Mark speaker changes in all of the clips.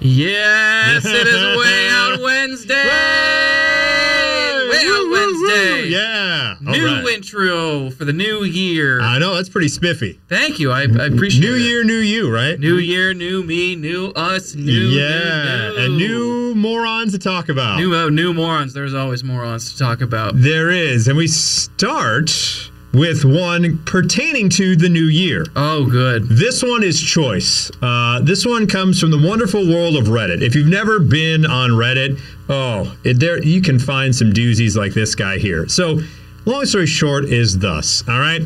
Speaker 1: Yes, it is Way Out Wednesday. Way Out
Speaker 2: Woo, woo, woo.
Speaker 1: Wednesday.
Speaker 2: Yeah. All
Speaker 1: New
Speaker 2: right.
Speaker 1: intro for the new year.
Speaker 2: I know that's pretty spiffy.
Speaker 1: Thank you. I, I appreciate
Speaker 2: New
Speaker 1: it.
Speaker 2: year, new you, right?
Speaker 1: New year, new me, new us, new
Speaker 2: yeah,
Speaker 1: new,
Speaker 2: and new morons to talk about.
Speaker 1: new, uh, new morons. There's always morons to talk about.
Speaker 2: there is, and we start with one pertaining to the new year.
Speaker 1: Oh, good.
Speaker 2: This one is choice. Uh, this one comes from the wonderful world of Reddit. If you've never been on Reddit, oh, it, there you can find some doozies like this guy here. So, long story short is thus. All right,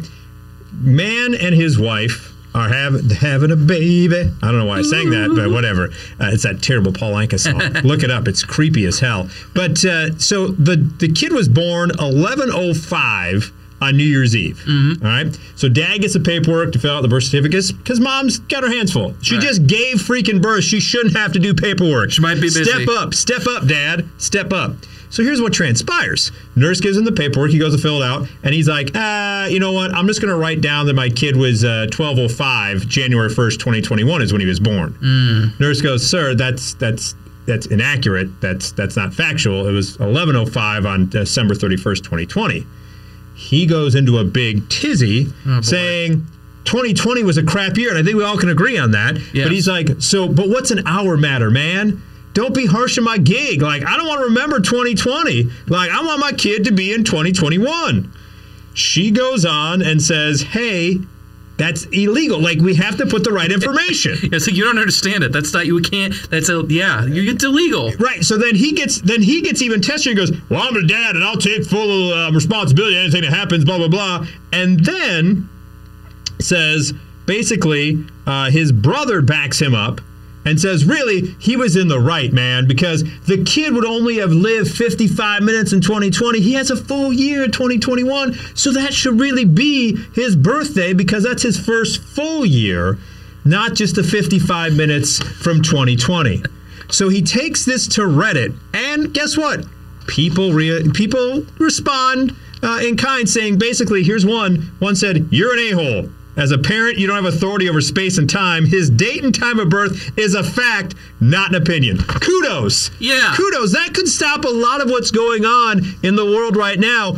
Speaker 2: man and his wife are having having a baby. I don't know why I sang that, but whatever. Uh, it's that terrible Paul Anka song. Look it up. It's creepy as hell. But uh, so the the kid was born 1105 on New Year's Eve.
Speaker 1: Mm-hmm.
Speaker 2: All right. So dad gets the paperwork to fill out the birth certificates because mom's got her hands full. She
Speaker 1: Right.
Speaker 2: just gave freaking birth. She shouldn't have to do paperwork. She
Speaker 1: might be busy.
Speaker 2: Step up. Step up, dad. Step up. So here's what transpires. Nurse gives him the paperwork. He goes to fill it out, and he's like, "Ah, you know what? I'm just going to write down that my kid was uh, 1205, January 1st, 2021 is when he was born." Nurse goes, "Sir, that's that's that's inaccurate. That's that's not factual. It was 1105 on December 31st, 2020." He goes into a big tizzy, saying. 2020 was a crap year, and I think we all can agree on that.
Speaker 1: Yeah.
Speaker 2: But he's like, so, but what's an hour matter, man? Don't be harsh on my gig. Like, I don't want to remember 2020. Like, I want my kid to be in 2021. She goes on and says, hey, that's illegal. Like, we have to put the right information.
Speaker 1: It's like you don't understand it. That's not you can't. That's a yeah. You, it's illegal.
Speaker 2: Right. So then he gets then he gets even tested and goes, "Well, I'm the dad, and I'll take full uh, responsibility. Anything that happens, blah blah blah." And then says basically uh, his brother backs him up and says, "Really, he was in the right, man, because the kid would only have lived 55 minutes in 2020. He has a full year in 2021, so that should really be his birthday because that's his first full year." Not just the 55 minutes from 2020. So he takes this to Reddit, and guess what? People re- people respond uh, in kind, saying basically, here's one. One said, "You're an a-hole." As a parent, you don't have authority over space and time. His date and time of birth is a fact, not an opinion. Kudos.
Speaker 1: Yeah.
Speaker 2: Kudos. That could stop a lot of what's going on in the world right now.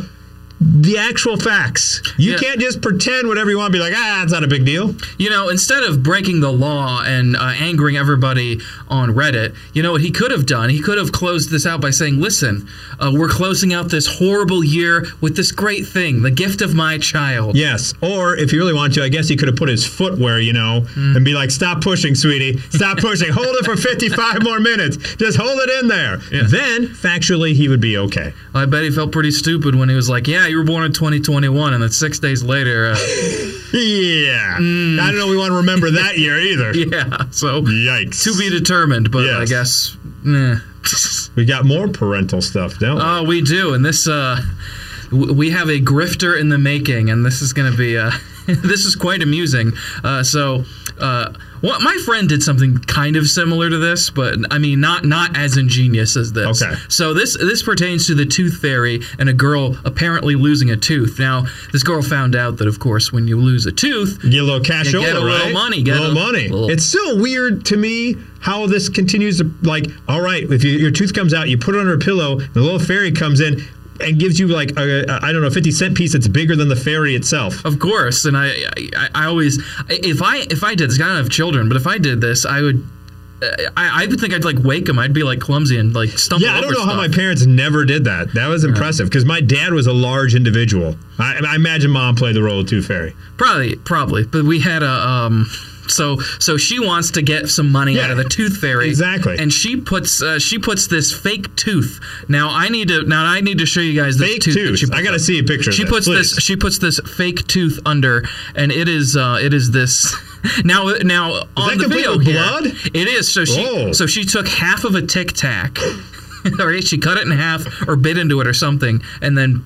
Speaker 2: The actual facts. You
Speaker 1: Yeah.
Speaker 2: can't just pretend whatever you want to be like, ah, it's not a big deal.
Speaker 1: You know, instead of breaking the law and uh, angering everybody on Reddit, you know what he could have done? He could have closed this out by saying, "Listen, uh, we're closing out this horrible year with this great thing, the gift of my child."
Speaker 2: Yes. Or if you really want to, I guess he could have put his foot where, you know,
Speaker 1: Hmm.
Speaker 2: and be like, stop pushing, sweetie. Stop pushing. hold it for 55 more minutes. Just hold it in there. Then, factually, he would be okay.
Speaker 1: I bet he felt pretty stupid when he was like, "Yeah, you were born in 2021," and then six days later, uh,
Speaker 2: Yeah. I don't know we want to remember that year either.
Speaker 1: Hmm. yeah. So
Speaker 2: Yikes.
Speaker 1: to be determined, but I
Speaker 2: Yes.
Speaker 1: guess. eh. Nah.
Speaker 2: we got more parental stuff, don't we?
Speaker 1: Oh, we do, and this uh, w- we have a grifter in the making, and this is going to be uh, this is quite amusing. Uh, so, uh, what my friend did something kind of similar to this, but I mean not not as ingenious as this.
Speaker 2: Okay.
Speaker 1: So this this pertains to the tooth fairy and a girl apparently losing a tooth. Now this girl found out that of course when you lose a tooth,
Speaker 2: Get a little cash
Speaker 1: Yeah, get
Speaker 2: over,
Speaker 1: a little
Speaker 2: right?
Speaker 1: money, get
Speaker 2: little
Speaker 1: a
Speaker 2: money.
Speaker 1: little-
Speaker 2: It's still weird to me how this continues to like. All right, if you, your tooth comes out, you put it under a pillow, and the little fairy comes in and gives you like a, a I don't know, fifty cent piece that's bigger than the fairy itself.
Speaker 1: Of course, and I, I, I always, if I, if I did this, I don't have children, but if I did this, I would, uh, I, I would think I'd like wake them. I'd be like clumsy and like stumble.
Speaker 2: Yeah, I don't
Speaker 1: over
Speaker 2: know how my
Speaker 1: stuff.
Speaker 2: parents never did that. That was impressive because my dad was a large individual. I, I imagine mom played the role of tooth fairy.
Speaker 1: Probably, probably, but we had a, um, so, so she wants to get some money out of
Speaker 2: Yeah,
Speaker 1: the tooth fairy,
Speaker 2: exactly.
Speaker 1: and she puts, uh, she puts this fake tooth. Now I need to, now I need to show you guys this
Speaker 2: Fake
Speaker 1: tooth. that
Speaker 2: tooth.
Speaker 1: she puts
Speaker 2: I gotta
Speaker 1: up.
Speaker 2: see a picture.
Speaker 1: She
Speaker 2: of this,
Speaker 1: puts
Speaker 2: please.
Speaker 1: this. She puts this fake tooth under, and it is. Uh, it is this. Now, now on
Speaker 2: that
Speaker 1: the
Speaker 2: complete
Speaker 1: video
Speaker 2: with
Speaker 1: here,
Speaker 2: blood?
Speaker 1: it is. So she.
Speaker 2: Oh.
Speaker 1: So she took half of a tic tac, or she cut it in half, or bit into it, or something, and then.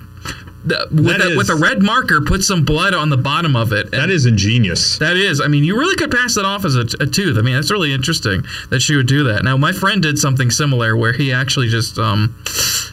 Speaker 1: The, with,
Speaker 2: That
Speaker 1: a, with a
Speaker 2: is-
Speaker 1: red marker, put some blood on the bottom of it.
Speaker 2: That is ingenious.
Speaker 1: That is. I mean, you really could pass that off as a, a tooth. I mean, that's really interesting that she would do that. Now, my friend did something similar where he actually just um,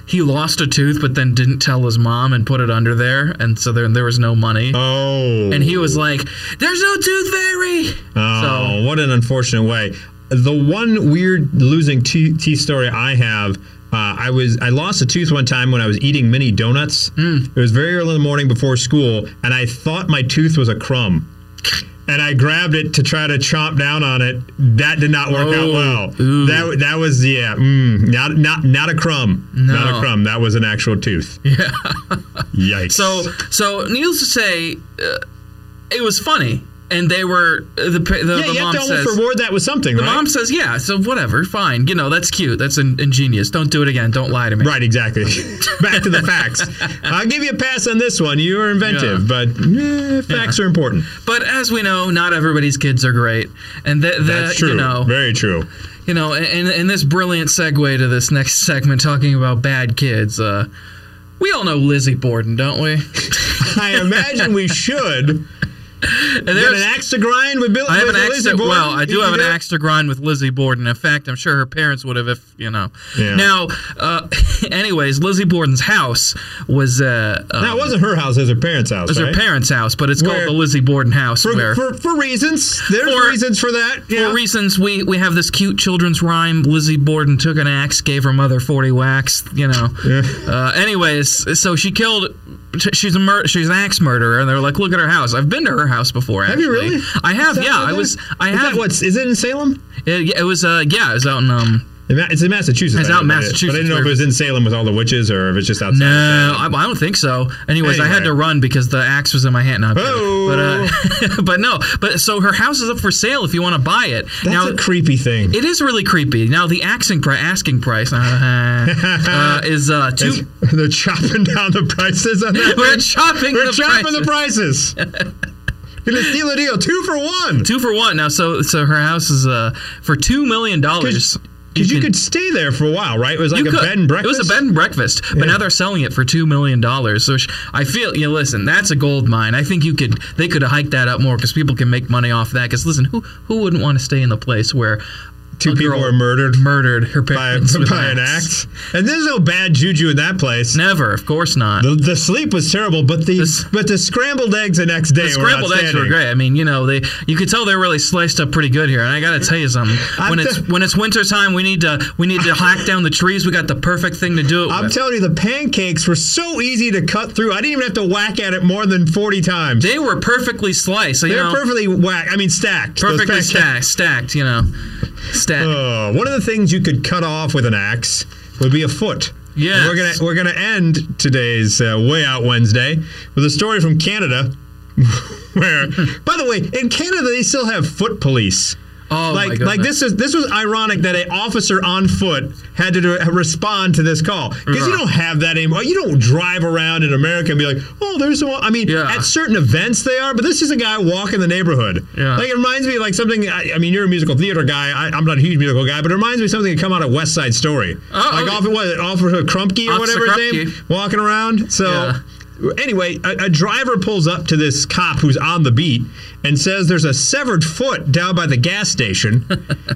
Speaker 1: he lost a tooth, but then didn't tell his mom and put it under there, and so there there was no money.
Speaker 2: oh.
Speaker 1: And he was like, "There's no tooth fairy."
Speaker 2: Oh,
Speaker 1: So
Speaker 2: what an unfortunate way. the one weird losing te- teeth story I have. Uh, I was I lost a tooth one time when I was eating mini donuts.
Speaker 1: Mm.
Speaker 2: It was very early in the morning before school, and I thought my tooth was a crumb, and I grabbed it to try to chomp down on it. That did not work out
Speaker 1: Oh,
Speaker 2: well.
Speaker 1: ooh.
Speaker 2: That that was yeah, mm, not not not a crumb, not
Speaker 1: No.
Speaker 2: a crumb. That was an actual tooth. Yeah, yikes.
Speaker 1: So, so needless to say, uh, it was funny, and they were uh, the pa- the,
Speaker 2: yeah,
Speaker 1: the
Speaker 2: you have
Speaker 1: mom
Speaker 2: to almost
Speaker 1: says.
Speaker 2: reward that with something,
Speaker 1: the
Speaker 2: right?
Speaker 1: Mom says, "Yeah, so whatever, fine. You know, that's cute. That's in- ingenious. Don't do it again. Don't lie to me."
Speaker 2: Right, exactly. Back to the facts. I'll give you a pass on this one. You are inventive,
Speaker 1: Yeah.
Speaker 2: but eh, facts are important.
Speaker 1: But as we know, not everybody's kids are great, and that
Speaker 2: That's true.
Speaker 1: Uh, you know,
Speaker 2: Very true.
Speaker 1: you know, and, and this brilliant segue to this next segment talking about bad kids. Uh, we all know Lizzie Borden, don't we?
Speaker 2: I imagine we should.
Speaker 1: And
Speaker 2: Got
Speaker 1: there's-
Speaker 2: an axe to grind with Bill.
Speaker 1: I have
Speaker 2: with
Speaker 1: an axe.
Speaker 2: Lizzie
Speaker 1: To,
Speaker 2: Borden?
Speaker 1: well, I do
Speaker 2: You
Speaker 1: have an
Speaker 2: do?
Speaker 1: axe to grind with Lizzie Borden. In fact, I'm sure her parents would have if you know.
Speaker 2: Yeah.
Speaker 1: Now, uh, anyways, Lizzie Borden's house was uh, uh,
Speaker 2: That wasn't her house. It was her parents' house,
Speaker 1: was her
Speaker 2: right?
Speaker 1: parents' house, but it's
Speaker 2: Where-
Speaker 1: called the Lizzie Borden house.
Speaker 2: for,
Speaker 1: where
Speaker 2: for, for reasons. There's
Speaker 1: For-
Speaker 2: reasons for that.
Speaker 1: for
Speaker 2: yeah.
Speaker 1: reasons we we have this cute children's rhyme. Lizzie Borden took an axe, gave her mother forty whacks. You know. Uh, anyways, so she killed. She's a mur- she's an axe murderer, and they're like, look at her house. I've been to her house before.
Speaker 2: Have
Speaker 1: Actually.
Speaker 2: you really?
Speaker 1: I
Speaker 2: Is
Speaker 1: have.
Speaker 2: that
Speaker 1: Yeah,
Speaker 2: what
Speaker 1: I
Speaker 2: it
Speaker 1: was.
Speaker 2: is?
Speaker 1: I
Speaker 2: Is
Speaker 1: have.
Speaker 2: that what's? Is it in Salem?
Speaker 1: It, it was. Uh, yeah, it was out in um.
Speaker 2: In Ma- It's in Massachusetts.
Speaker 1: It's
Speaker 2: I
Speaker 1: out
Speaker 2: know
Speaker 1: in
Speaker 2: that. But I
Speaker 1: Massachusetts,
Speaker 2: didn't know if it
Speaker 1: where-
Speaker 2: was in Salem with all the witches or if it's just outside.
Speaker 1: No, I, I don't think so. Anyways, I had
Speaker 2: Anyway.
Speaker 1: to run because the axe was in my hand. Now,
Speaker 2: Oh.
Speaker 1: but uh, but no, but so her house is up for sale if you want to buy it.
Speaker 2: That's
Speaker 1: now
Speaker 2: a creepy thing.
Speaker 1: it is really creepy. Now the axing pri- asking price uh, uh, is uh,
Speaker 2: It's-
Speaker 1: two.
Speaker 2: They're chopping down the prices on that.
Speaker 1: We're
Speaker 2: thing.
Speaker 1: chopping
Speaker 2: We're
Speaker 1: the
Speaker 2: chopping
Speaker 1: prices.
Speaker 2: the prices. Gonna steal a deal, two for one.
Speaker 1: Two for one now. So, so her house is uh for two million dollars.
Speaker 2: Because you could stay there for a while, right? It was like a bed and
Speaker 1: It
Speaker 2: breakfast.
Speaker 1: was a bed and breakfast, but
Speaker 2: Yeah.
Speaker 1: now they're selling it for two million dollars. Which I feel, you know, listen, that's a gold mine. I think you could, they could have hiked that up more because people can make money off that. Because listen, who who wouldn't want to stay in the place where
Speaker 2: Two
Speaker 1: a
Speaker 2: people
Speaker 1: girl
Speaker 2: were murdered
Speaker 1: murdered her
Speaker 2: by,
Speaker 1: parents with
Speaker 2: by an axe. And there's no bad juju in that place.
Speaker 1: Never, of course not.
Speaker 2: The, the sleep was terrible, but the
Speaker 1: s-
Speaker 2: but the scrambled eggs the next day
Speaker 1: The
Speaker 2: were
Speaker 1: scrambled eggs were
Speaker 2: outstanding.
Speaker 1: great. I mean, you know, they you could tell they're really sliced up pretty good here. And I gotta tell you something.
Speaker 2: I'm
Speaker 1: When it's
Speaker 2: t-
Speaker 1: when it's winter time, we need to we need to hack down the trees. We got the perfect thing to do it
Speaker 2: I'm
Speaker 1: with.
Speaker 2: telling you, the pancakes were so easy to cut through. I didn't even have to whack at it more than 40 times.
Speaker 1: they were perfectly sliced. So, you
Speaker 2: They're
Speaker 1: know,
Speaker 2: perfectly whack. I mean, stacked. Those
Speaker 1: perfectly
Speaker 2: pancakes.
Speaker 1: stacked, stacked, you know, stacked.
Speaker 2: Uh, one of the things you could cut off with an axe would be a foot.
Speaker 1: Yes.
Speaker 2: And We're gonna we're gonna end today's uh, Way Out Wednesday with a story from Canada. Where, by the way, in Canada they still have foot police.
Speaker 1: oh my
Speaker 2: like,
Speaker 1: goodness.
Speaker 2: like this is this was ironic that an officer on foot had to do, respond to this call because you
Speaker 1: Uh-huh.
Speaker 2: don't have that anymore. You don't drive around in America and be like, oh, there's one. I mean,
Speaker 1: Yeah.
Speaker 2: at certain events they are, but this is a guy walking the neighborhood.
Speaker 1: Yeah.
Speaker 2: Like it reminds me of, like something. I, I mean, you're a musical theater guy. I, I'm not a huge musical guy, but it reminds me of something that come out of West Side Story.
Speaker 1: Oh,
Speaker 2: like
Speaker 1: okay.
Speaker 2: off what Officer Crumpke or
Speaker 1: Officer
Speaker 2: whatever his name
Speaker 1: Krupke.
Speaker 2: walking around. So.
Speaker 1: Yeah.
Speaker 2: Anyway, a, a driver pulls up to this cop who's on the beat and says there's a severed foot down by the gas station.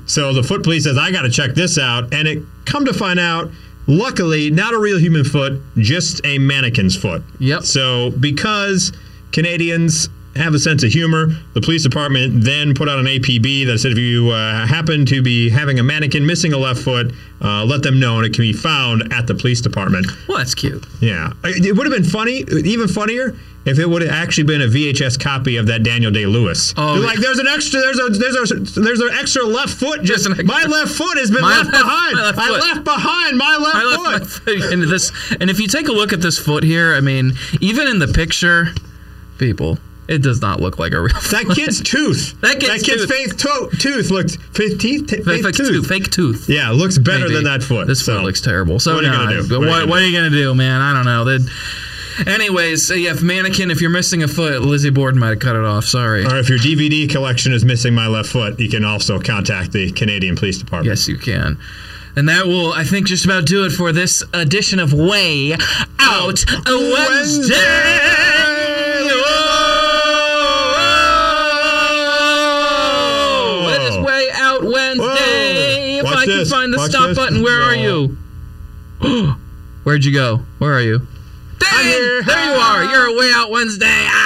Speaker 2: so the foot police says, I got to check this out. And it come to find out, luckily, not a real human foot, just a mannequin's foot.
Speaker 1: Yep.
Speaker 2: So because Canadians have a sense of humor, the police department then put out an APB that said if you uh, happen to be having a mannequin missing a left foot, uh, let them know and it can be found at the police department.
Speaker 1: well, that's cute.
Speaker 2: Yeah, it it would have been funny, even funnier, if it would have actually been a VHS copy of that Daniel Day Lewis.
Speaker 1: Oh,
Speaker 2: They're
Speaker 1: yeah.
Speaker 2: like there's an extra, there's a, there's a, there's an extra left foot. Just
Speaker 1: There's an
Speaker 2: my left foot has been
Speaker 1: My
Speaker 2: left,
Speaker 1: left-
Speaker 2: behind.
Speaker 1: my left
Speaker 2: I
Speaker 1: foot.
Speaker 2: left behind my left,
Speaker 1: I left
Speaker 2: foot.
Speaker 1: my foot into this, and if you take a look at this foot here, I mean, even in the picture, people, it does not look like a real foot.
Speaker 2: That kid's tooth.
Speaker 1: That kid's
Speaker 2: kid's
Speaker 1: tooth.
Speaker 2: fake to- tooth looked fake teeth. Fake,
Speaker 1: Fake, fake
Speaker 2: tooth.
Speaker 1: tooth. Fake tooth.
Speaker 2: Yeah, looks better
Speaker 1: maybe.
Speaker 2: than that foot.
Speaker 1: This
Speaker 2: so.
Speaker 1: foot looks terrible. So
Speaker 2: what are you
Speaker 1: no,
Speaker 2: gonna do?
Speaker 1: but
Speaker 2: What are you
Speaker 1: What,
Speaker 2: gonna
Speaker 1: what are you gonna do, man? I don't know. They- anyways, so yeah, if mannequin, if you're missing a foot, Lizzie Borden might have cut it off. Sorry.
Speaker 2: Or if your DVD collection is missing my left foot, you can also contact the Canadian Police Department.
Speaker 1: Yes, you can. And that will, I think, just about do it for this edition of Way Out Wednesday. Oh, It is Way Out Wednesday. If
Speaker 2: Watch
Speaker 1: I can
Speaker 2: this.
Speaker 1: find the
Speaker 2: Watch
Speaker 1: stop
Speaker 2: this.
Speaker 1: button, where are
Speaker 2: Aw.
Speaker 1: you? Where'd you go? Where are you? Dan!
Speaker 2: here.
Speaker 1: There you are. You're a Way Out Wednesday. Ah!